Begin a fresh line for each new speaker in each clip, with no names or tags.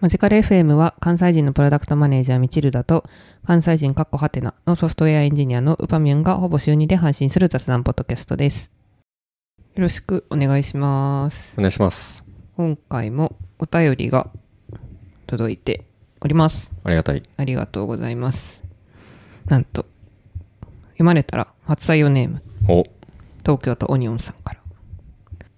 マジカル FM は関西人のプロダクトマネージャーミチルダと関西人カッコハテナのソフトウェアエンジニアのウパミュンがほぼ週2で配信する雑談ポッドキャストです。よろしくお願いします。
お願いします。
今回もお便りが届いております。
ありがたい。
ありがとうございます。なんと、読まれたら初採用ネーム、
お、
東京都オニオンさんから。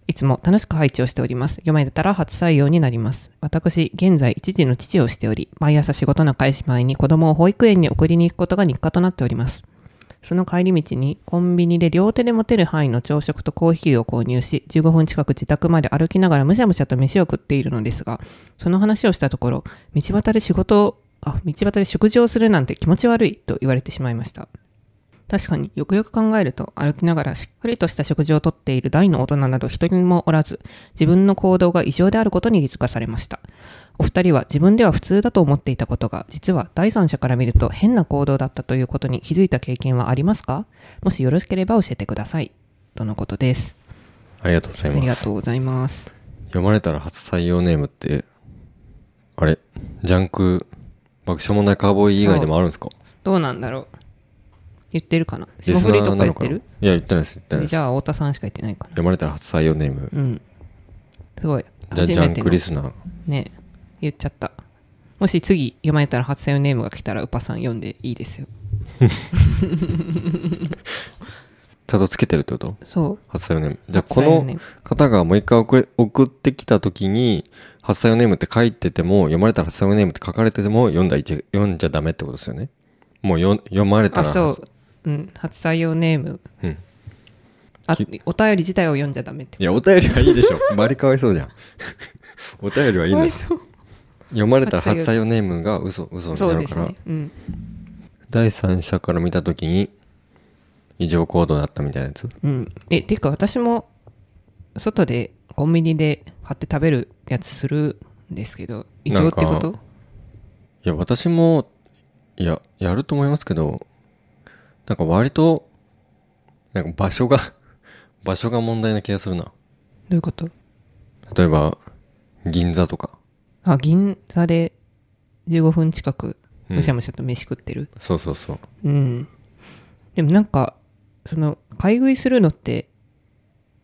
いつも楽しく配置をしております。読まれたら初採用になります。私、現在、一児の父をしており、毎朝仕事の開始前に子供を保育園に送りに行くことが日課となっております。その帰り道に、コンビニで両手で持てる範囲の朝食とコーヒーを購入し、15分近く自宅まで歩きながらむしゃむしゃと飯を食っているのですが、その話をしたところ、道端で仕事を、あ、道端で食事をするなんて気持ち悪いと言われてしまいました。確かによくよく考えると歩きながらしっかりとした食事をとっている大の大人など一人もおらず自分の行動が異常であることに気づかされましたお二人は自分では普通だと思っていたことが実は第三者から見ると変な行動だったということに気づいた経験はありますかもしよろしければ教えてくださいとのことです
ありがとうござ
あ
い
り
ま
が
す。
とうございます
読まれたら初採用ネームって、あれ、ジャンク、爆笑問題カーボーイ以外でもあるんですか
どうなんだろう言ってるかな
リ
霜
ス
降
ナ
り
ー
とか
な
言
の
っ
か
て
ない
る
や、言ってないです、言ってないです。
じゃあ太田さんしか言ってないかな
読まれたら初採用ネーム。
うんすごい
じゃあ、
初
ジャ
め
ン
て
ク
の
リスナー。
ね言っちゃったもし次読まれたら初採用ネームが来たらウパさん読んでいいですよ
ちゃんとつけてるってこと
そう
初採用ネーム。じゃあ、
初
こ
採用
の
ネーム
方がもう一回送れ送ってきた時に、初採用ネームって書いてても、読まれたら初採用ネームって書かれてても、読んだ一読んじゃダメってことですよね。もうよ読まれた
あ
ら初、
そう、うん、初採用ネーム
うん。
あ
き
お便り自体を読んじゃダメって
いや、お便りはいいでしょ。 バリかわいそうじゃん。お便りはいいん
かわ
で
い
す。
そう
読まれたら発採用ネームが嘘、嘘に
そう
な
で
るか
す
ら、
ねうん
第三者から見たときに、異常行動だったみたいなやつ。
うんえていうか私も外でコンビニで買って食べるやつするんですけど異常ってこ
なん
と
いや、私も、いや、やると思いますけど、なんか割と、なんか場所が、 場所が問題な気がするな。
どういうこと
例えば、銀座とか。
あ銀座で15分近く
うん
むしゃむしゃと飯食ってる、
そうそうそう。
うん。でもなんか、その、買い食いするのって、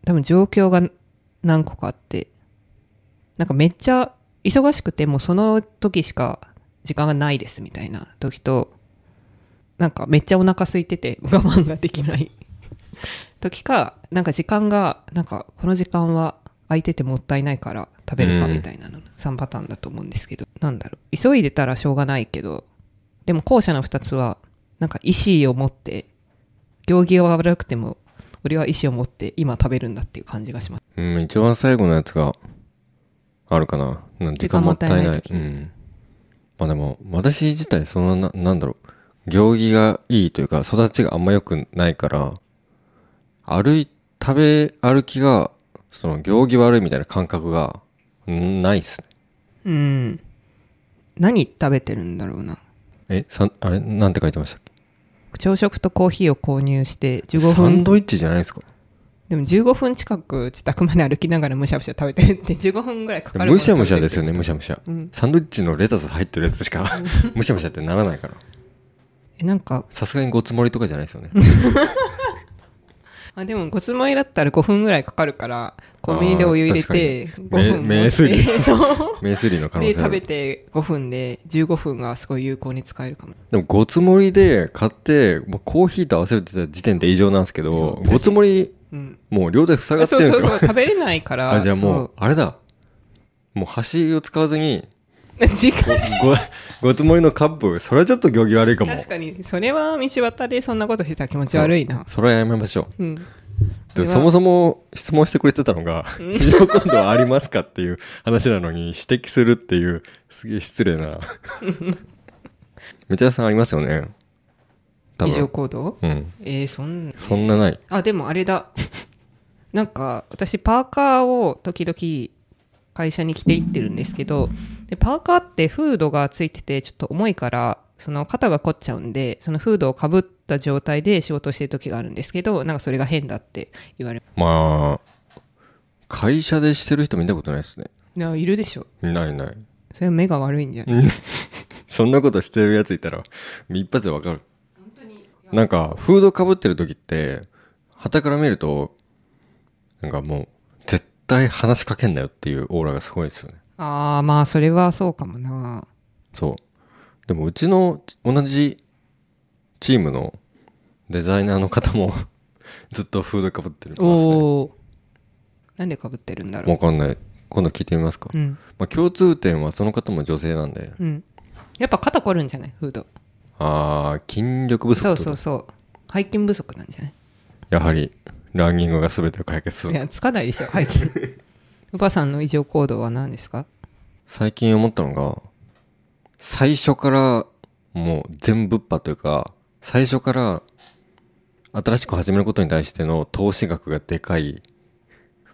多分状況が何個かあって、なんかめっちゃ忙しくて、もうその時しか時間がないですみたいな時と、なんかめっちゃお腹空いて て我慢ができない 時か、なんか時間が、なんかこの時間は空いててもったいないから食べるかみたいなの、3パターンだと思うんですけど、なんだろう、急いでたらしょうがないけど、でも後者の2つはなんか意思を持って行儀は悪くても俺は意思を持って今食べるんだっていう感じがします
うん、一番最後のやつがあるかな。なん
時
時
間
間
も
も
っ
ったた
い
い
な
ないい。
時
うん。まあでも、私自体、そのな、なんだろう、行儀がいいというか、育ちがあんま良くないから、歩い、食べ歩きが、その、行儀悪いみたいな感覚が、んないっすね。
うん何食べてるんだろうな
え、さん、あれ、なんて書いてましたっけ
朝食とコーヒーを購入して15
サン
分
ドイッチじゃないですか。
でも15分近く自宅まで歩きながらむしゃむしゃ食べてるって15分ぐらいかかる
むしゃむしゃですよね、むしゃむしゃ。
うん
サンドイッチのレタス入ってるやつしか、 むしゃむしゃってならないから。
えなんか
さすがにごつもりとかじゃないですよね。
あでもごつまいだったら5分ぐらいかかるからコンビニでお湯入れて
あー
5
確
分
かにめ
持って
名水
そう
名推理の可能
で
性あ
食べ
る。
て5分で15分がすごい有効に使えるかも
でも、ごつ盛りで買って、まあコーヒーと合わせるって言った時点で異常なんですけど
そう、
ごつ盛り、
うん
もう両手塞がって
そう
るんで
そう
すよ
そう。食べれないから
あ、じゃあもう
そ、
あれだ。もう箸を使わずに、
う 時間
ご、 ごつ盛りのカップ、それはちょっと行儀悪いかも。
確かにそれは道端でそんなことしてたら気持ち悪いな
それはやめましょ
うん
う。
で
で
は
そもそも質問してくれてたのが、非常 今度はありますかっていう話なのに、指摘するっていう、すげえ失 礼な。道田さんありますよね。多
異常
分。
行動
うん。
えー、そん
そんなない。
あでもあれだなんか私パーカーを時々会社に着ていってるんですけどでパーカーってフードがついててちょっと重いからその肩が凝っちゃうんでそのフードをかぶった状態で仕事をしてる時があるんですけどなんかそれが変だって言われる
まあ、会社でしてる人見たことないですね。
いやいるでしょ
ないない。
それは目が悪いんじゃない
そんなことしてるやついたら一発でわかるなんかフードかぶってる時って旗から見るとなんかもう絶対話しかけんなよっていうオーラがすごいですよね
ああまあそれはそうかもな
そうでもうちの同じチームのデザイナーの方も ずっとフードかぶってるますね
おおなんでかぶってるんだろ
わ
う
かんない今度聞いてみますか、
うん
まあ、共通点はその方も女性なんで
うんやっぱ肩凝るんじゃないフード
あー筋力不足
そ
と
うそうそう背筋不足なんじゃない
やはりランニングが全てを解決す
い
る
やつかないでしょ背 筋ウパさんの異常行動は何ですか
最近思ったのが最初からもう全ぶっぱというか最初から新しく始めることに対しての投資額がでかい、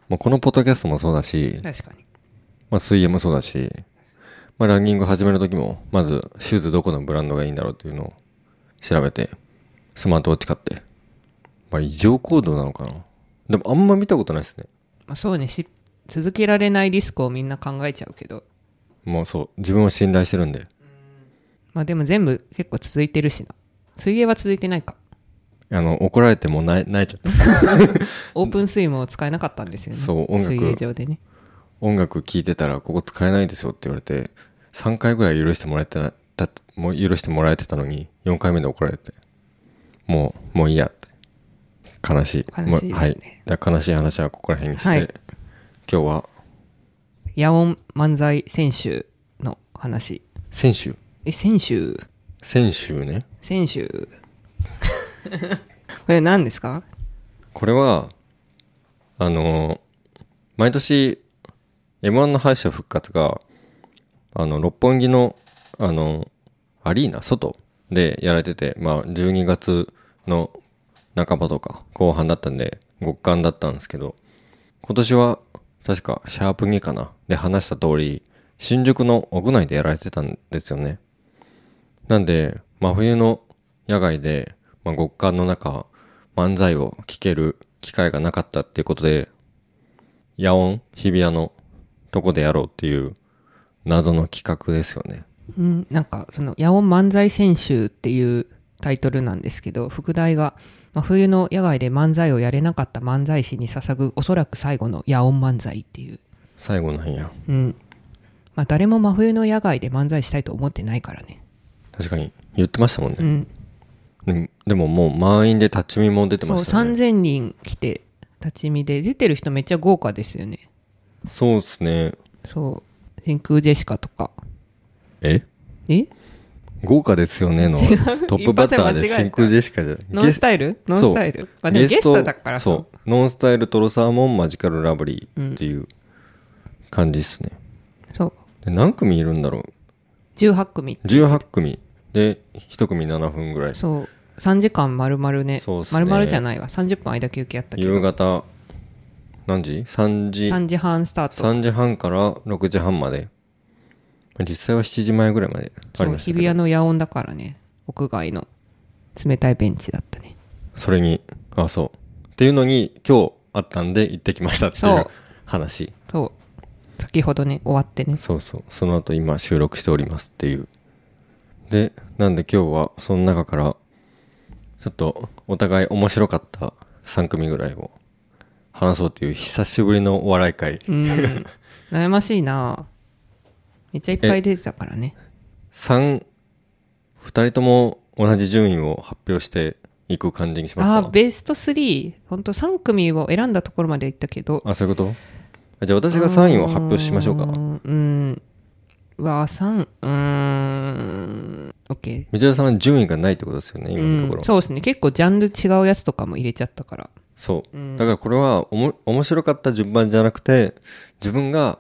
まあ、このポッドキャストもそうだし、
確かに
まあ、水泳もそうだし、まあ、ランニング始める時もまずシューズどこのブランドがいいんだろうっていうのを調べてスマートウォッチ買って、まあ、異常行動なのかなでもあんま見たことないですね
まあ、そうねし続けられないリスクをみんな考えちゃうけど
もうそう自分を信頼してるんで
まあでも全部結構続いてるしな水泳は続いてないか
あの怒られてもう泣い泣いちゃった
オープンスイムを使えなかったんですよね
そう音楽
水泳場でね
音楽聴いてたらここ使えないですよって言われて3回ぐらい許してもらえてなたもう許してもらえてたのに4回目で怒られてもうもういいやって悲しい
悲しい
もう
ですね
はい、だから悲しい話はここら辺にして、
はい
今日は
野音漫才選手の話
選手
え選手
選手ね
選手 これ何ですか
これはあのー毎年 m 1の敗者復活があの六本木のあのアリーナ外でやられてて、まあ、12月の半ばとか後半だったんで極寒だったんですけど今年は確かシャープ2かなで話した通り新宿の屋内でやられてたんですよねなんで真冬の野外で、まあ、極寒の中漫才を聴ける機会がなかったっていうことで野音日比谷のとこでやろうっていう謎の企画ですよね
うん、なんかその「野音漫才選手」っていうタイトルなんですけど副題が、まあ、冬の野外で漫才をやれなかった漫才師に捧ぐおそらく最後の「野音漫才」っていう、
最後なんや
うんまあ、誰も真冬の野外で漫才したいと思ってないからね、
確かに言ってましたもん
う
ね、
ん、
でもでももう満員で立ち見も出て
そう
ましたよね
3000人来て立ち見で出てる人めっちゃ豪華ですよね
そうですね
そう真空ジェシカとか
え
え
豪華ですよねのトップバッター
一発で間
で
違えた
真空ジェシカじゃない
ノンスタイルノンスタイルまあでもゲストだから
そ
そう
ノンスタイルトロサーモンマジカルラブリーっていう感じですね、
うそう
で何組いるんだろ
18組
う18組で1組7分ぐらい
そう3時間丸々ね
そうっすね
丸々じゃないわ30分間休憩あったけ
夕
ど
方何時 ?3 時
3時半スタート
3時半から6時半まで実際は7時前ぐらいまであ
そ
り
う
ました
日
け
比谷
ど
の野音だからね屋外の冷たいベンチだったね
それにあそうっていうのに今日あったんで行ってきましたってい
そう
う話
そう先ほどね終わって ね
そうそうその後今収録しておりますっていうでなんで今日はその中からちょっとお互い面白かった3組ぐらいを話そうっていう久しぶりのお笑い会
うん悩ましいなめっちゃいっぱい出てたからね
32人とも同じ順位を発表していく感じにしますか
あーベスト3本当3組を選んだところまで行ったけど
あそういうことあじゃあ私が3位を発表しましょうか
うーんうんうわ3うーん OK
道枝さんは順位がないってことですよね今のとこ
う
ろ、
ん、そうですね結構ジャンル違うやつとかも入れちゃったから
そう、だからこれはおも面白かった順番じゃなくて自分が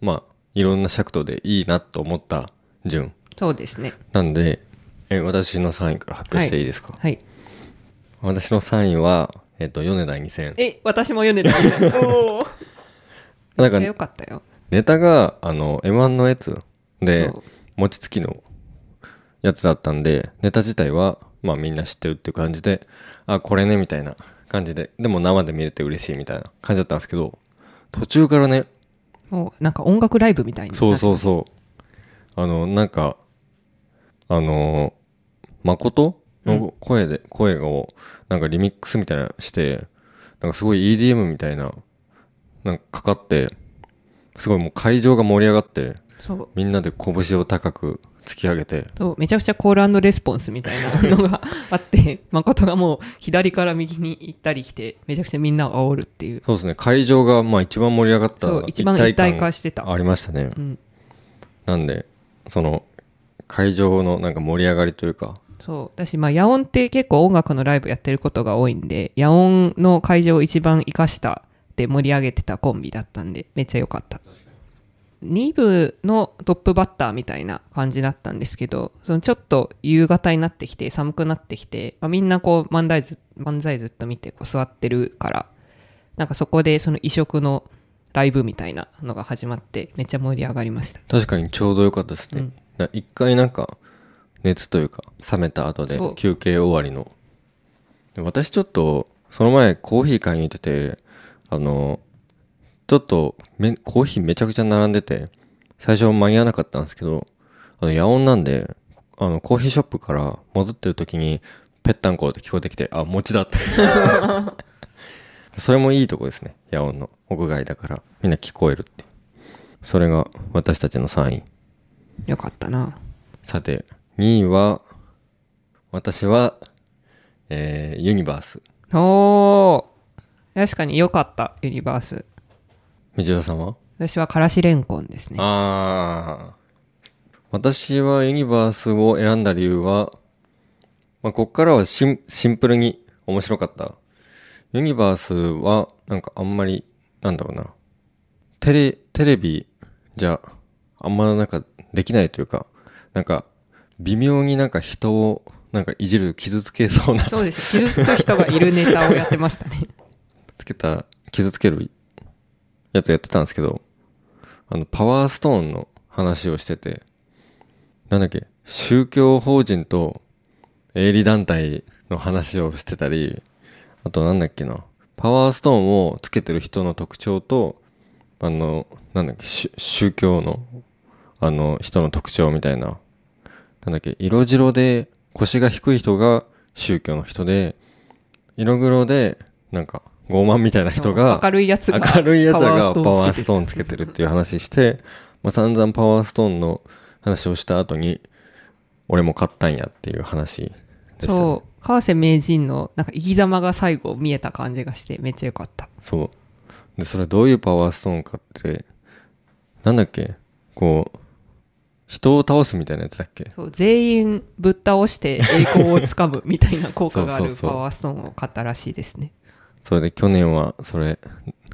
まあいろんな尺度でいいなと思った順
そうですね
なんでえ私の3位から発表していいですか、
はい
私の3位はえっ、と米田2000
え私も米田です おお
な
めっ
ん
ちゃ
か
よかったよ
ネタがあの M1 のやつで
そう
餅つきのやつだったんでネタ自体はまあみんな知ってるっていう感じであこれねみたいな感じででも生で見れて嬉しいみたいな感じだったんですけど途中からね
もうなんか音楽ライブみたいに
そうそうそうあの、なんか、あの、誠の声で、声を、なんかリミックスみたいなのして、なんかすごい EDM みたいな、なんかかかって、すごいもう会場が盛り上がって、
そう
みんなで拳を高く突き上げて、
そうめちゃくちゃコールレスポンスみたいなのがあって 誠がもう左から右に行ったり来てめちゃくちゃみんなを煽るっていう、
そうですね、会場がまあ一番盛り上がった
そう一番一体化してた
ありましたね。
うん、
なんで、その、会場のなんか盛り上がりというか、
そうだしまあ野音って結構音楽のライブやってることが多いんで野音の会場を一番生かしたで盛り上げてたコンビだったんでめっちゃ良かった2部のトップバッターみたいな感じだったんですけどそのちょっと夕方になってきて寒くなってきて、まあ、みんなこう漫才ず漫才ずっと見てこう座ってるからなんかそこでその異色のライブみたいなのが始まってめっちゃ盛り上がりました
確かにちょうど良かったですね。だ一回なんか、熱というか、冷めた後で
そう
休憩終わりの。で私ちょっと、その前コーヒー買いに行ってて、あの、ちょっとめ、コーヒーめちゃくちゃ並んでて、最初間に合わなかったんですけど、あの、夜音なんで、あの、コーヒーショップから戻ってる時に、ぺったんこって聞こえてきて、あ、餅だって。それもいいとこですね。夜音の屋外だから、みんな聞こえるっていう。それが私たちの3位。
よかったな
さて、2位は、私は、えー、ユニバース。
おー確かに良かったユニバース
道枝さんは
私はからしれんこんですね
ああ。私はユニバースを選んだ理由は、まあ、こっからはシンシンプルに面白かった。ユニバースは、なんかあんまり、なんだろうな。テレ、テレビじゃ、あんまなんかできないというか、なんか、微妙になんか人を、なんかいじる、傷つけそうな
そうです傷つく人がいるネタをやってましたね
つけた、傷つけるやつやってたんですけど、あの、パワーストーンの話をしてて、なんだっけ、宗教法人と営利団体の話をしてたり、あとなんだっけな、パワーストーンをつけてる人の特徴と、あの、なんだっけ、し宗教の、あの、人の特徴みたいな、なんだっけ、色白で腰が低い人が宗教の人で、色黒で、なんか、傲慢みたいな 人が、
明るいやつが
明るいやつらがパワーストー
ン
ンつけてるっていう話して、まあ、散々パワーストーンの話をした後に俺も勝ったんやっていう話でした、ね、
そう川瀬名人のなんか生き様が最後見えた感じがしてめっちゃ良かった
そうでそれどういうパワーストーンかってなんだっけこう人を倒すみたいなやつだっけ
そう全員ぶっ倒して栄光をつかむみたいな効果があ
そう
る
そうそ
パ
う
ワーストーンを買ったらしいですね
それで去年はそれ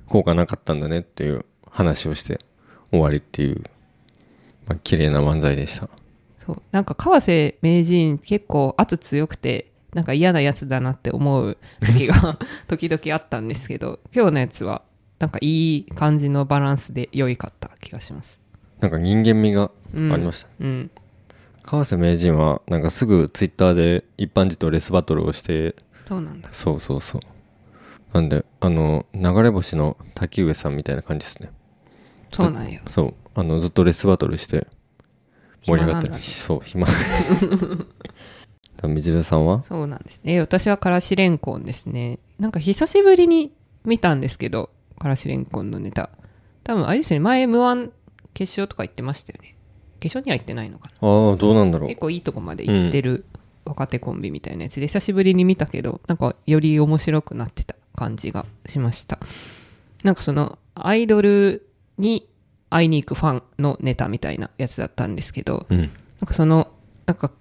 効果なかったんだねっていう話をして終わりっていう、まあ綺麗な漫才でした
そうなんか川瀬名人結構圧強くてなんか嫌なやつだなって思う時が時々あったんですけど今日のやつはなんかいい感じのバランスで良いかった気がします
なんか人間味が
うん
ありました、
うん
川瀬名人はなんかすぐツイッターで一般人とレスバトルをして
そうなんだ
そうそうそうなんであの流れ星の滝上さんみたいな感じですね
そうなんよ
そうあのずっとレスバトルして盛り上が
暇な
って
んだ
る
ね
そう暇 道枝さんは
そうなんですねえ私はからしれんこんですねなんか久しぶりに見たんですけどからしれんこんのネタ多分あれですね前 m 1決勝とか行ってましたよね決勝には行ってないのかな
ああどうなんだろう
結構いいとこまで行ってる若手コンビみたいなやつで、久しぶりに見たけどなんかより面白くなってた感じがしましたなんかそのアイドルに会いに行くファンのネタみたいなやつだったんですけど
うん
なんかそのなんか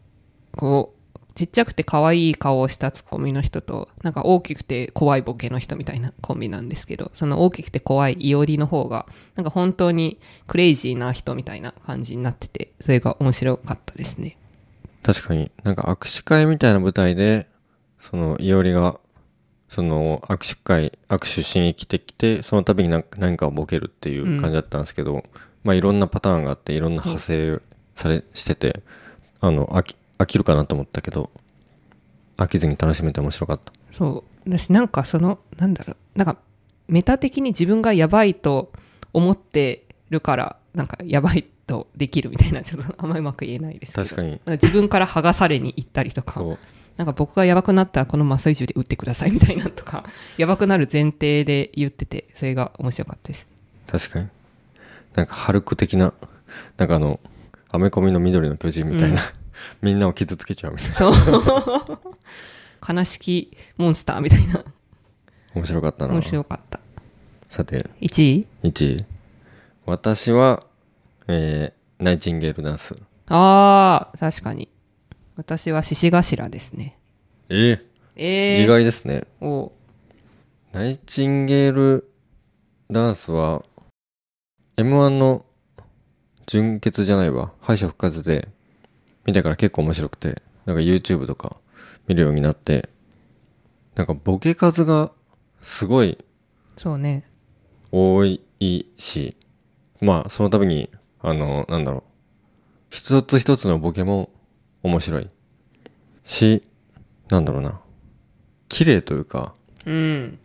こうちっちゃくて可愛い顔をしたツッコミの人となんか大きくて怖いボケの人みたいなコンビなんですけどその大きくて怖いいおりの方がなんか本当にクレイジーな人みたいな感じになっててそれが面白かったですね
確かになんか握手会みたいな舞台でそのいおりがその握手会握手しに来てきてその度に何何かをボケるっていう感じだったんですけど、まあいろんなパターンがあっていろんな派生されしててあの飽き飽きるかなと思ったけど飽きずに楽しめて面白かった
そうだしなんかそのなんだろうなんかメタ的に自分がやばいと思ってるからなんかやばいとできるみたいな、ちょっとあんまりうまく言えないですけど。
確かに。
なんか自分から剥がされに行ったりとか、
そう。
なんか僕がやばくなったらこの麻酔銃で撃ってくださいみたいなとか、やばくなる前提で言ってて、それが面白かった です。
確かに。なんか、ハルク的な、なんかあの、アメコミの緑の巨人みたいな、 みんなを傷つけちゃうみたいな。
そう。悲しきモンスターみたいな。
面白かったな
面。白かった。
さて、
1位
1位。私は、えー、ナイチンゲールダンス。
ああ、確かに。私は獅子頭ですね。
え
えー、
意外ですね。
お
ナイチンゲールダンスは、M1 の純潔じゃないわ。敗者復活で見てから結構面白くて、なんか YouTube とか見るようになって、なんかボケ数がすごい
そうね。
多いし、まあその度に、あの、なんだろう。一つ一つのボケも面白い。し、なんだろうな。綺麗というか、
うん。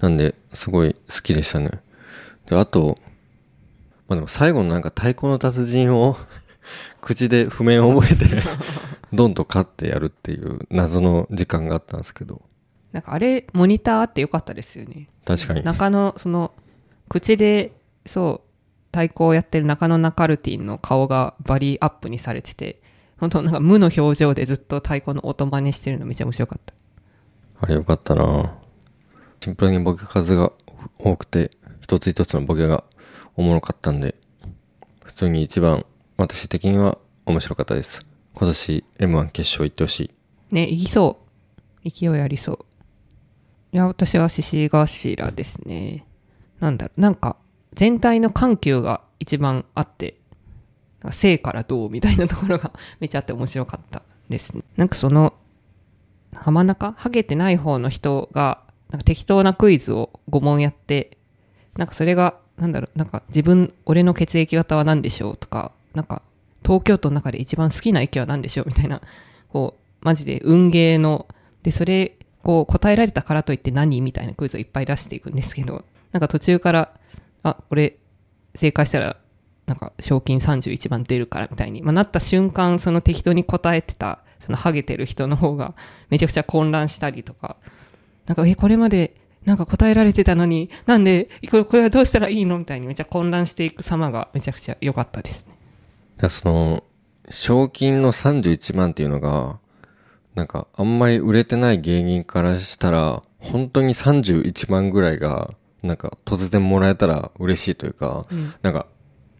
なんで、すごい好きでしたね。で、あと、まあでも最後のなんか太鼓の達人を 口で譜面を覚えて、ドンと勝ってやるっていう謎の時間があったんですけど、
なんかあれ、モニターあってよかったですよね。
確かに。
中野、その、口で、そう、太鼓をやってる中野ナカルティンの顔がバリアップにされてて、本当なんか無の表情でずっと太鼓の音真似してるのめっちゃ面白かった。
あれよかったなシンプルにボケ数が多くて、一つ一つのボケがおもろかったんで、普通に一番、私的には面白かったです。今年 M1 決勝行ってほしい。
ね、いきそう。勢いありそう。いや、私は獅子頭ですね。なんだろう、なんか、全体の緩急が一番あって、なんか生からどうみたいなところが めっちゃあって面白かったですね。なんかその、浜中ハゲてない方の人が、なんか適当なクイズを5問やって、なんかそれが、なんだろう、なんか自分、俺の血液型は何でしょうとか、なんか東京都の中で一番好きな駅は何でしょうみたいな、こう、マジで運ゲーの、で、それ、こう、答えられたからといって何みたいなクイズをいっぱい出していくんですけど、なんか途中から、あ、これ、正解したら、なんか賞金31番出るからみたいに、まあ、なった瞬間、その適当に答えてた、そのハゲてる人の方が、めちゃくちゃ混乱したりとか、なんか、え、これまで、なんか答えられてたのに、なんで、これこれはどうしたらいいのみたいにめちゃ混乱していく様がめちゃくちゃ良かったですね。
だからその賞金の31万っていうのがなんかあんまり売れてない芸人からしたら本当に31万ぐらいがなんか突然もらえたら嬉しいというか、
うん
なんか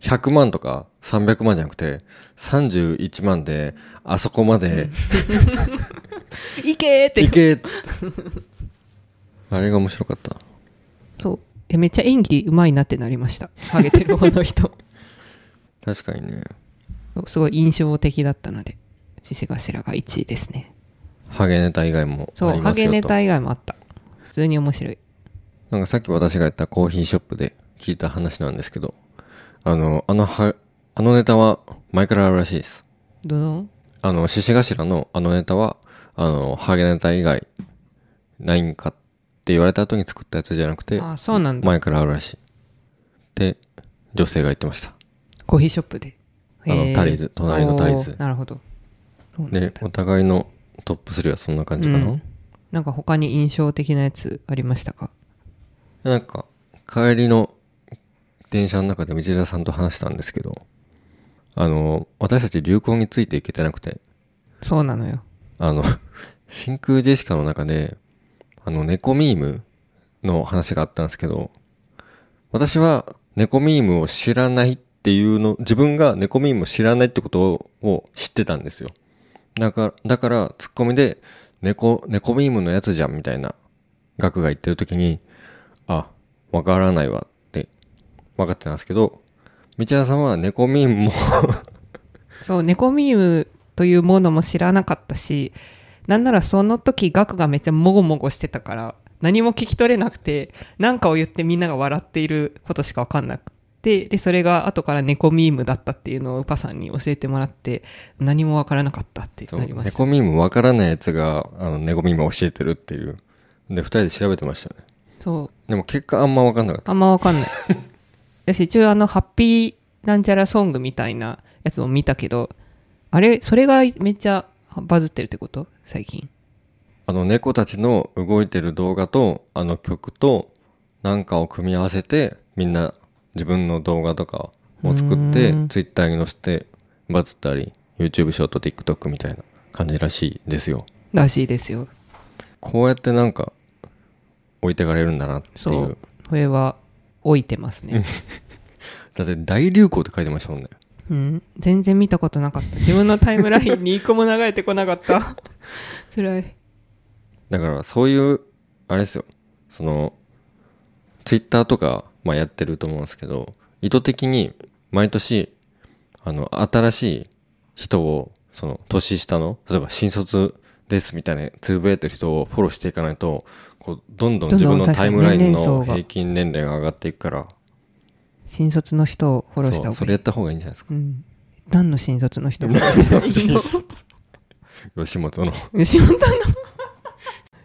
100万とか300万じゃなくて31万であそこまで
いけーっ
行
て。
けっつってあれが面白かった
そう。いやめっちゃ演技上手いなってなりました。ハゲてる方の人。
確かにね
すごい印象的だったので、獅子頭が1位ですね。
ハゲネタ以外もあ
そう、
り
ハ
ます
ゲ
よ
ネ
と
タ以外もあった。普通に面白い。
なんかさっき私が言ったコーヒーショップで聞いた話なんですけど、あの、あのは、あのネタは前からあるらしいです。
どの
あの、獅子頭のあのネタは、あの、ハゲネタ以外ないんかって言われた後に作ったやつじゃなくて、
あ、そうなんだ。
前からあるらしい。で、女性が言ってました。
コーヒーショップで。
あの
へ
タリーズ隣のタリーズ
おなるほど。そうなん
で、
だ
お互いのトップ3はそんな感じかな。
うんなんか他に印象的なやつありましたか
なんか、帰りの電車の中で道枝さんと話したんですけど、あの、私たち流行についていけてなくて、
そうなのよ。
あの、 真空ジェシカの中で、あの、猫ミームの話があったんですけど、私は猫ミームを知らないっていうの、自分が猫ミームを知らないってことをを知ってたんですよ。だから、だから、ツッコミで、猫、猫ミームのやつじゃんみたいな、額が言ってる時に、あ、わからないわって、分かってたんですけど、道枝さんは猫ミームも
そう、猫ミームというものも知らなかったし、なんならその時、ガクがめっちゃもごもごしてたから、何も聞き取れなくて、なんかを言ってみんなが笑っていることしかわかんなくて、で、それが後から猫ミームだったっていうのをウパさんに教えてもらって、何もわからなかったって
そう
なりました
猫。ミームわからないやつが、あの、猫ミームを教えてるっていう。で、二人で調べてましたね。
そう。
でも結果あんまわかんなかっ た。
あんまわかんない。私一応あの、ハッピーなんちゃらソングみたいなやつも見たけど、あれ、それがめっちゃバズってるってこと最近。
あの猫たちの動いてる動画とあの曲となんかを組み合わせてみんな自分の動画とかを作って
うん
ツイッターに載せてバズったり YouTube ショート TikTok みたいな感じらしいですよ
らしいですよ。
こうやってなんか置いてかれるんだなってい
そうう。これは置いてますね。
だって大流行って書いてましたもんね
うん、全然見たことなかった自分のタイムラインに一個も流れてこなかった辛い
だからそういうあれですよそのツイッターとか、まあ、やってると思うんですけど意図的に毎年あの新しい人をその年下の例えば新卒ですみたいなつぶやいてる人をフォローしていかないとこうどんどん
どん
自
どん
分のタイムライ
確かに年
ン
齢層
の
が
平均年齢が上がっていくから
新卒の人をフォローした
そうそ
方
れ
がい
や
い
った方がいいんじゃないですか
うん、何の新卒の人をフォローした方がいいの
吉本 の
吉本の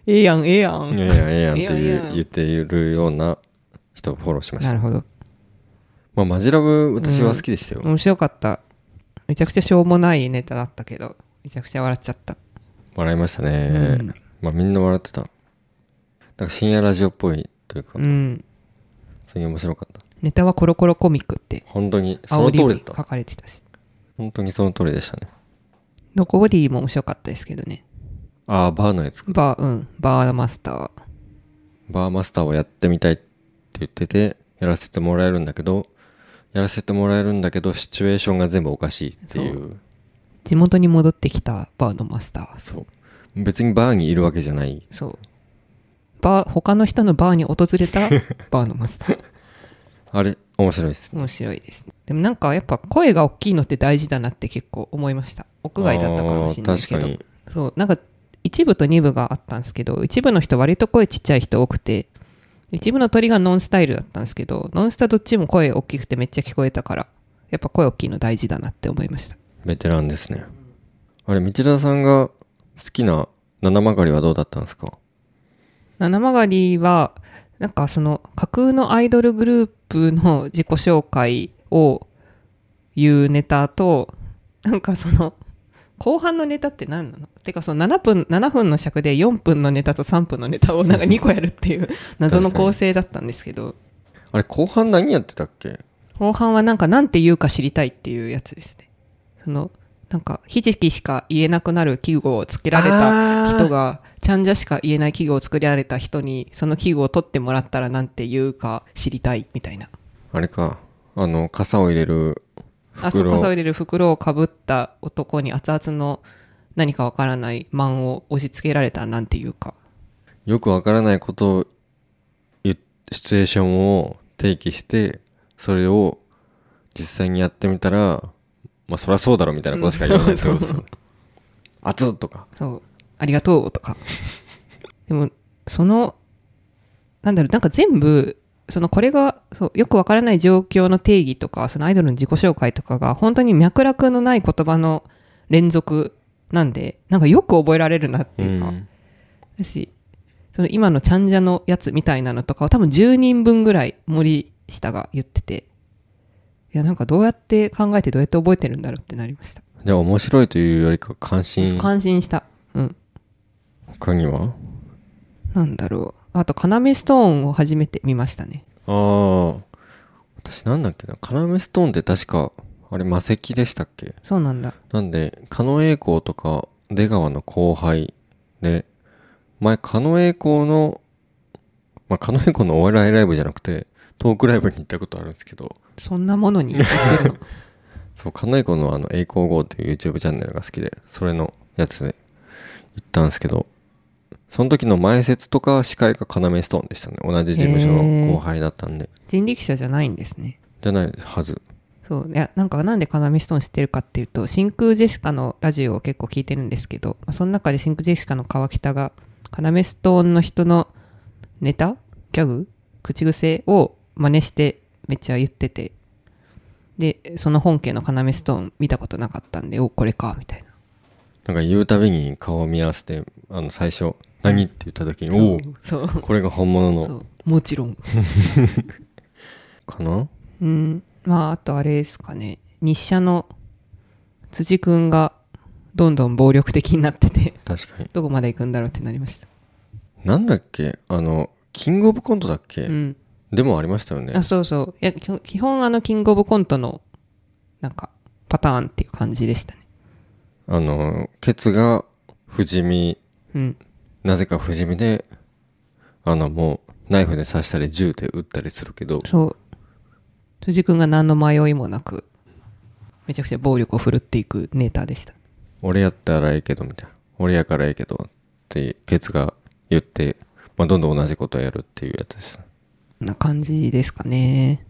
ええやんええやん、
「いやいやええやん」って
いや
い
いや
う言っているような人をフォローしまし
な
た
るほど
まあマジラブ私は好きでしたよ、
面白かっためちゃくちゃしょうもないネタだったけどめちゃくちゃ笑っちゃった
笑いましたね、
うん
まあみんな笑ってたなんか深夜ラジオっぽいというか、
うん
すげえ面白かった
ネタはコロコロコミックって
本当にそ
煽
の
り
通り
に
だっ
書
た
かれてたし
本当にその通りでしたね
ノコボディも面白かったですけどね
ああバーのやつか
バーうんバーマスターは
バーマスターをやってみたいって言っててやらせてもらえるんだけどやらせてもらえるんだけどシチュエーションが全部おかしいっていう
地元に戻ってきたバーのマスター
そう別にバーにいるわけじゃない
そうバー他の人のバーに訪れ たバーのマスター
あれ面白いです
面白いですでもなんかやっぱ声が大きいのって大事だなって結構思いました屋外だったかもしれないけ
あー
ど
確か
そうなんか一部と二部があったんですけど一部の人割と声ちっちゃい人多くて一部の鳥がノンスタイルだったんですけどノンスタどっちも声大きくてめっちゃ聞こえたからやっぱ声大きいの大事だなって思いました
にベテランですねあれ道田さんが好きな七曲りはどうだったんですか
七曲りはなんかその架空のアイドルグループの自己紹介を言うネタとなんかその 後半のネタって何なのてかその7分 ,7 分の尺で4分のネタと3分のネタをなんか2個やるっていう謎の構成だったんですけど
あれ後半何やってたっけ
後半はなんか何て言うか知りたいっていうやつですねそのなんかひじきしか言えなくなる器具をつけられた人がちゃんじゃしか言えない器具を作られた人にその器具を取ってもらったら何て言うか知りたいみたいな
あれかあの傘を入れる袋
あそこさ入れる袋をかぶった男に熱々の何かわからないマンを押し付けられたら何て言うか
よくわからないことを言っシチュエーションを提起してそれを実際にやってみたらまあそりゃそうだろみたいなことしか言わないってことですよね 熱っとか
そう、ありがとうとか。 でも、その、なんだろう、なんか全部、そのこれがそうよくわからない状況の定義とか、そのアイドルの自己紹介とかが、本当に脈絡のない言葉の連続なんで、なんかよく覚えられるなっていうか、
うん
だし、その今のちゃんじゃのやつみたいなのとかを多分10人分ぐらい森下が言ってて、いや、なんかどうやって考えてどうやって覚えてるんだろうってなりました。
じゃあ面白いというよりか関心
感心した。うん。
他には
なんだろう。あと、カナメストーンを初めて見ましたね。
ああ私なんだっけなカナメストーンって確かあれ魔石でしたっけ
そうなんだ。
なんで、狩野英孝とか出川の後輩で、前、狩野英孝の、まあ、狩野英孝のお笑いライブじゃなくて、トークライブに行ったことあるんですけど、
そんなものに言ってるの。
そう、狩野英孝のあの、英孝号っていう YouTube チャンネルが好きで、それのやつで行ったんですけど、その時の前説とか司会が要ストーンでしたね。同じ事務所の後輩だったんで。
人力車じゃないんですね。
じゃないはず。
そう。いや、なんか、なんでカナメストーン知ってるかっていうと、真空ジェシカのラジオを結構聞いてるんですけど、まあ、その中で真空ジェシカの川北が、カナメストーンの人のネタギャグ口癖を真似してめっちゃ言ってて、で、その本家のカナメストーン見たことなかったんで、お、これか、みたいな。
なんか言うたびに顔を見合わせて、あの、最初、何って言った時に、おお
そう。
これが本物
そ
の、
う。もちろん。
かな
うん、まあ、あとあれですかね。日射の辻くんがどんどん暴力的になってて、
確かに
どこまで行くんだろうってなりました。
なんだっけあのキングオブコントだっけ、
うん。
でもありましたよね
あ、そうそう。いや、きょ基本あの、キングオブコントの、なんか、パターンっていう感じでしたね。
あのケツが不死身
うん。
なぜか不死身であのもうナイフで刺したり銃で撃ったりするけど
そう。辻くんが何の迷いもなく、めちゃくちゃ暴力を振るっていくネタでした。
俺やったらええけどみたいな俺やからええけどってケツが言って、まあ、どんどん同じことをやるっていうやつです
こんな感じですかね。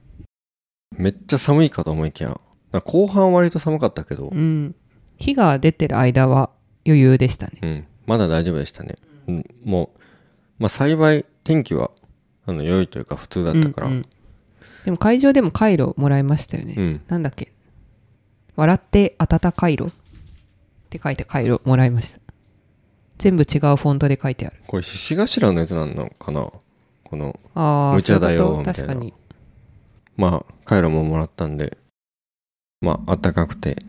めっちゃ寒いかと思いきやなんか後半割と寒かったけど
うん。火が出てる間は余裕でしたね。
うんまだ大丈夫でしたね、うんもう、まあ、幸い天気はあの良いというか普通だったから
うんうんでも会場でもカイロもらいましたよね。
うん
なんだっけ笑って温かいろって書いてカイロもらいました。全部違うフォントで書いてある。
これ獅子頭のやつなのかなこの
ああ、
無茶だよ
そういうこと
みたいな
確かに。
まあカイロももらったんでまああったかくて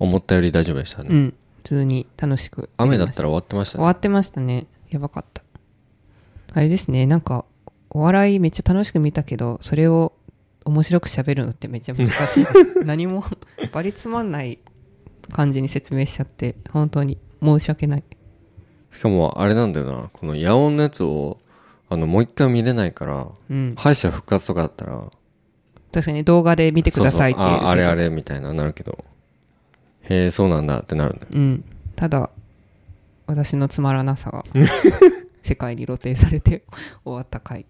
思ったより大丈夫でしたね、
うん。普通に楽しく。
雨だっ
ら
たら終わってました
終
ね
わってましたね。やばかった。あれですね、なんか、お笑いめっちゃ楽しく見たけど、それを面白く喋るのってめっちゃ難し い。何も、 バリつまんない感じに説明しちゃって、本当に申し訳ない。
しかもあれなんだよなこの野音のやつをあのもう一回見れないから
うん。
敗者復活とかだったら
確かに動画で見てくださいって
そう
言
そう
うけど
ああれあれみたいななるけどへえそうなんだってなるね
うん。ただ、私のつまらなさ が、世界に露呈されて終わった回。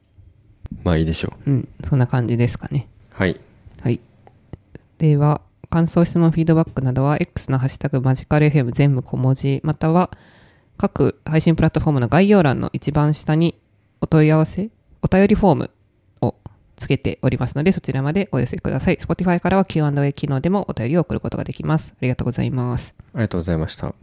まあいいでしょう
うん。そんな感じですかね。
はい
はい。では、感想、質問、フィードバックなどは、X のハッシュタグマジカル FM 全部小文字、または、各配信プラットフォームの概要欄の一番下に、お問い合わせ、お便りフォームをつけておりますので、そちらまでお寄せください。Spotify からは Q&A 機能でもお便りを送ることができます。ありがとうございます。
ありがとうございました